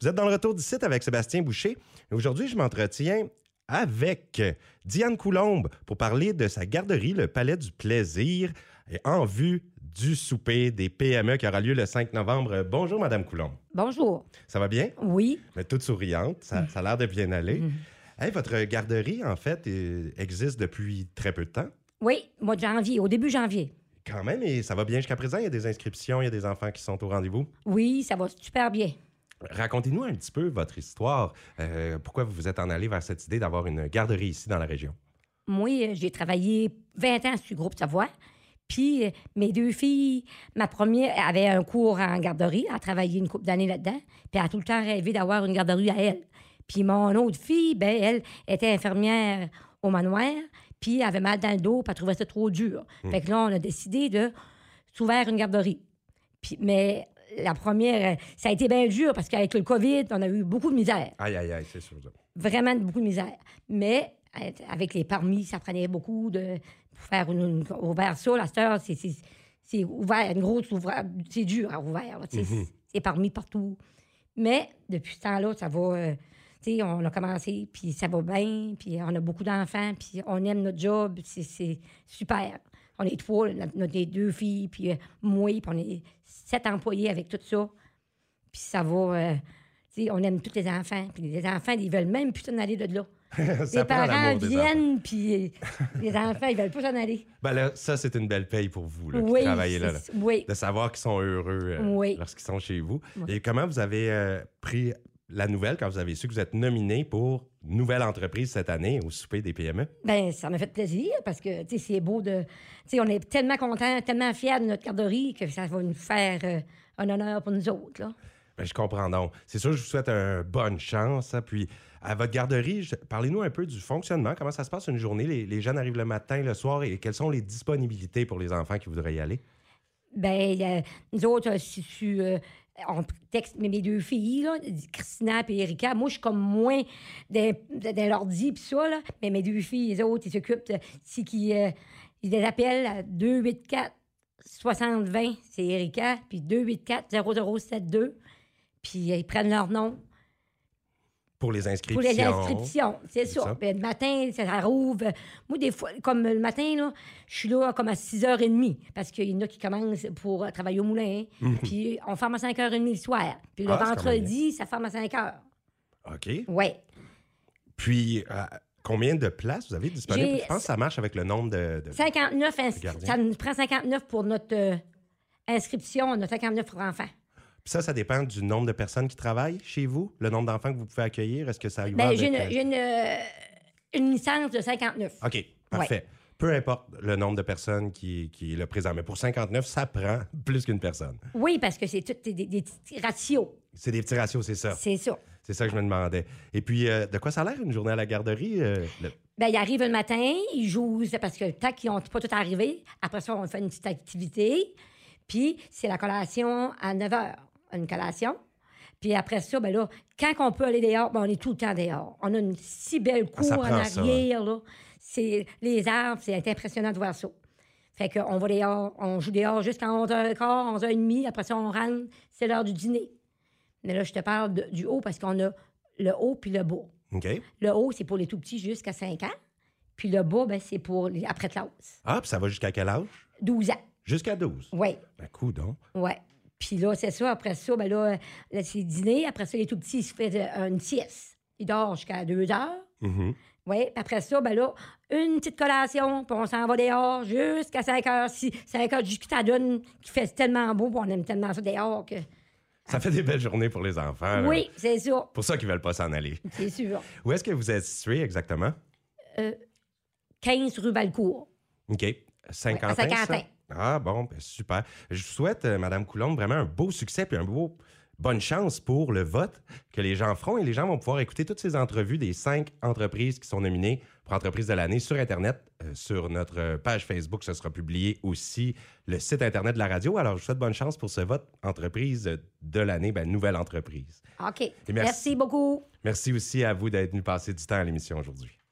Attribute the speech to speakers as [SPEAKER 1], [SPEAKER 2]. [SPEAKER 1] Vous êtes dans le retour du site avec Sébastien Boucher. Aujourd'hui, je m'entretiens avec Diane Coulombe pour parler de sa garderie, le Palais du Plaisir, et en vue du souper des PME qui aura lieu le 5 novembre. Bonjour, Madame Coulombe.
[SPEAKER 2] Bonjour.
[SPEAKER 1] Ça va bien?
[SPEAKER 2] Oui.
[SPEAKER 1] Mais toute souriante, ça, ça a l'air de bien aller. Hey, votre garderie, en fait, euh, existe depuis très peu de temps,
[SPEAKER 2] Oui, mois de janvier, au début janvier.
[SPEAKER 1] quand même, et ça va bien jusqu'à présent. Il y a des inscriptions, il y a des enfants qui sont au rendez-vous.
[SPEAKER 2] Oui, ça va super bien.
[SPEAKER 1] Racontez-nous un petit peu votre histoire. Euh, pourquoi vous vous êtes en allé vers cette idée d'avoir une garderie ici dans la région?
[SPEAKER 2] Moi, euh, j'ai travaillé 20 ans sur le groupe Savoie. Puis euh, mes deux filles, ma première avait un cours en garderie, elle a travaillé une couple d'années là-dedans, puis elle a tout le temps rêvé d'avoir une garderie à elle. Puis mon autre fille, ben elle était infirmière au manoir, puis elle avait mal dans le dos, puis elle trouvait ça trop dur. Fait que là, on a décidé de s'ouvrir une garderie. Puis, mais la première, euh, ça a été bien dur parce qu'avec le COVID, on a eu beaucoup de misère
[SPEAKER 1] Aïe, aïe, aïe, c'est sûr. ça.
[SPEAKER 2] vraiment de beaucoup de misère. Mais euh, avec les permis, ça prenait beaucoup de pour faire une, une- ouvert ça. La sœur, c'est c'est- c'est ouvert, une grosse ouvert, c'est dur à ouvert. là, tu sais,
[SPEAKER 1] Mhm.
[SPEAKER 2] C'est permis partout. Mais depuis ce temps-là, ça va. euh, tu sais, on a commencé, puis ça va bien, puis on a beaucoup d'enfants, puis on aime notre job, c'est- c'est super. On est trois, notre, notre- les deux filles, puis euh, moi, puis on est sept employés avec tout ça. Puis ça va. euh, tu sais, on aime tous les enfants. Puis les enfants, ils veulent même plus s'en aller de là.
[SPEAKER 1] Ça prend
[SPEAKER 2] les parents
[SPEAKER 1] l'amour des enfants.
[SPEAKER 2] viennent, puis euh, les enfants, ils veulent pas s'en aller.
[SPEAKER 1] Ben là, ça, c'est une belle paye pour vous, là, qui
[SPEAKER 2] oui,
[SPEAKER 1] travaillez là, là.
[SPEAKER 2] c'est- oui.
[SPEAKER 1] De savoir qu'ils sont heureux euh,
[SPEAKER 2] Oui.
[SPEAKER 1] lorsqu'ils sont chez vous.
[SPEAKER 2] Oui.
[SPEAKER 1] Et comment vous avez euh, pris la nouvelle quand vous avez su que vous êtes nominé pour Nouvelle Entreprise cette année au souper des E? PME?
[SPEAKER 2] Ben, ça m'a fait plaisir parce que, tu sais, c'est beau de. Tu sais, on est tellement contents, tellement fiers de notre garderie que ça va nous faire euh, un honneur pour nous autres, là.
[SPEAKER 1] Ben, je comprends donc. C'est sûr, je vous souhaite une bonne chance. hein. Puis, à votre garderie, je- parlez-nous un peu du fonctionnement. Comment ça se passe une journée? Les, les jeunes arrivent le matin, le soir, et quelles sont les disponibilités pour les enfants qui voudraient y aller?
[SPEAKER 2] Ben, euh, nous autres, euh, si tu. euh, on texte mes mes deux filles, là, Christina et Erika. Moi, je suis comme moins dans dans l'ordi pis ça, là. Mais mes deux filles, les autres, ils s'occupent. de- Si qui, euh, ils les appellent à 284 6020, c'est Erika, puis 284 0072. Puis euh, ils prennent leur nom
[SPEAKER 1] Pour les inscriptions.
[SPEAKER 2] pour les inscriptions. C'est
[SPEAKER 1] C'est ça.
[SPEAKER 2] ça. Ben, le matin, ça ça rouvre. Moi, des fois, comme le matin, là, je suis là comme à 6h30 parce qu'il y en a qui commencent pour euh, travailler au moulin. Puis on ferme à 5h30 le soir. Puis le
[SPEAKER 1] Mhm. Ah, c'est quand même
[SPEAKER 2] vendredi, ça ferme à 5h.
[SPEAKER 1] OK.
[SPEAKER 2] Oui.
[SPEAKER 1] Puis, euh, combien de places vous avez disponibles?
[SPEAKER 2] J'ai-
[SPEAKER 1] Je pense que ça marche avec le nombre de. de-
[SPEAKER 2] 59 ins-
[SPEAKER 1] Gardien.
[SPEAKER 2] Ça nous prend 59 pour notre euh, inscription. On a 59 pour enfants.
[SPEAKER 1] Puis ça, ça dépend du nombre de personnes qui travaillent chez vous, le nombre d'enfants que vous pouvez accueillir. Est-ce que ça arrive
[SPEAKER 2] Ben, j'ai une, j'ai une, euh, une licence de 59.
[SPEAKER 1] OK, parfait. Peu importe le nombre de personnes qui, qui est le présent. Mais pour 59, ça prend plus qu'une personne.
[SPEAKER 2] Oui, parce que c'est tout des, des- des petits ratios.
[SPEAKER 1] C'est des petits ratios, c'est ça.
[SPEAKER 2] C'est ça.
[SPEAKER 1] C'est ça que je me demandais. Et puis, euh, de quoi ça a l'air une journée à la garderie? euh, le-
[SPEAKER 2] Ben, ils arrivent le matin, ils jouent, c'est parce que tant qu'ils n'ont pas tout arrivé, après ça, on fait une petite activité. Puis, c'est la collation à 9 h, une collation. Puis après ça, ben là, quand on peut aller dehors, ben on est tout le temps dehors. On a une si belle
[SPEAKER 1] Ah, ça
[SPEAKER 2] cour en
[SPEAKER 1] prend ça,
[SPEAKER 2] arrière, là. C'est les arbres, c'est impressionnant de voir ça. Fait qu'on va dehors, on joue dehors jusqu'à 11h15, 11h30. Après ça, on rentre, c'est l'heure du dîner. Mais là, je te parle de- du haut parce qu'on a le haut puis le bas.
[SPEAKER 1] OK.
[SPEAKER 2] Le haut, c'est pour les tout petits jusqu'à 5 ans. Puis le bas, ben, c'est pour les après classe.
[SPEAKER 1] Ah, puis ça va jusqu'à quel âge?
[SPEAKER 2] 12 ans.
[SPEAKER 1] Jusqu'à 12.
[SPEAKER 2] Oui,
[SPEAKER 1] Ben, coup donc.
[SPEAKER 2] oui. Puis là, c'est ça. Après ça, ben là, euh, là, c'est dîner. Après ça, les tout petits, ils se font euh, une sieste. Ils dorment jusqu'à 2 heures.
[SPEAKER 1] Mm-hmm.
[SPEAKER 2] Oui, puis après ça, ben là, une petite collation, puis on s'en va dehors jusqu'à 5 heures. Si 5 heures, jusqu'à ça donne, qui fait tellement beau, puis on aime tellement ça dehors que.
[SPEAKER 1] Ça fait des belles journées pour les enfants. là.
[SPEAKER 2] Oui, c'est ça,
[SPEAKER 1] Pour ça qu'ils veulent pas s'en aller.
[SPEAKER 2] c'est sûr.
[SPEAKER 1] Où est-ce que vous êtes situé exactement?
[SPEAKER 2] 15 rue Valcourt.
[SPEAKER 1] OK. Cinquantaine,
[SPEAKER 2] Ouais, à Saint-Quentin.
[SPEAKER 1] ça? Ah bon, ben, super. Je vous souhaite, euh, Madame Coulombe, vraiment un beau succès puis un beau bonne chance pour le vote que les gens feront et les gens vont pouvoir écouter toutes ces entrevues des cinq entreprises qui sont nominées pour entreprise de l'année sur Internet, euh, sur notre euh, page Facebook. Ce sera publié aussi le site Internet de la radio. Alors, je vous souhaite bonne chance pour ce vote entreprise de l'année, ben, nouvelle entreprise.
[SPEAKER 2] OK.
[SPEAKER 1] merci.
[SPEAKER 2] merci beaucoup.
[SPEAKER 1] Merci aussi à vous d'être venu passer du temps à l'émission aujourd'hui.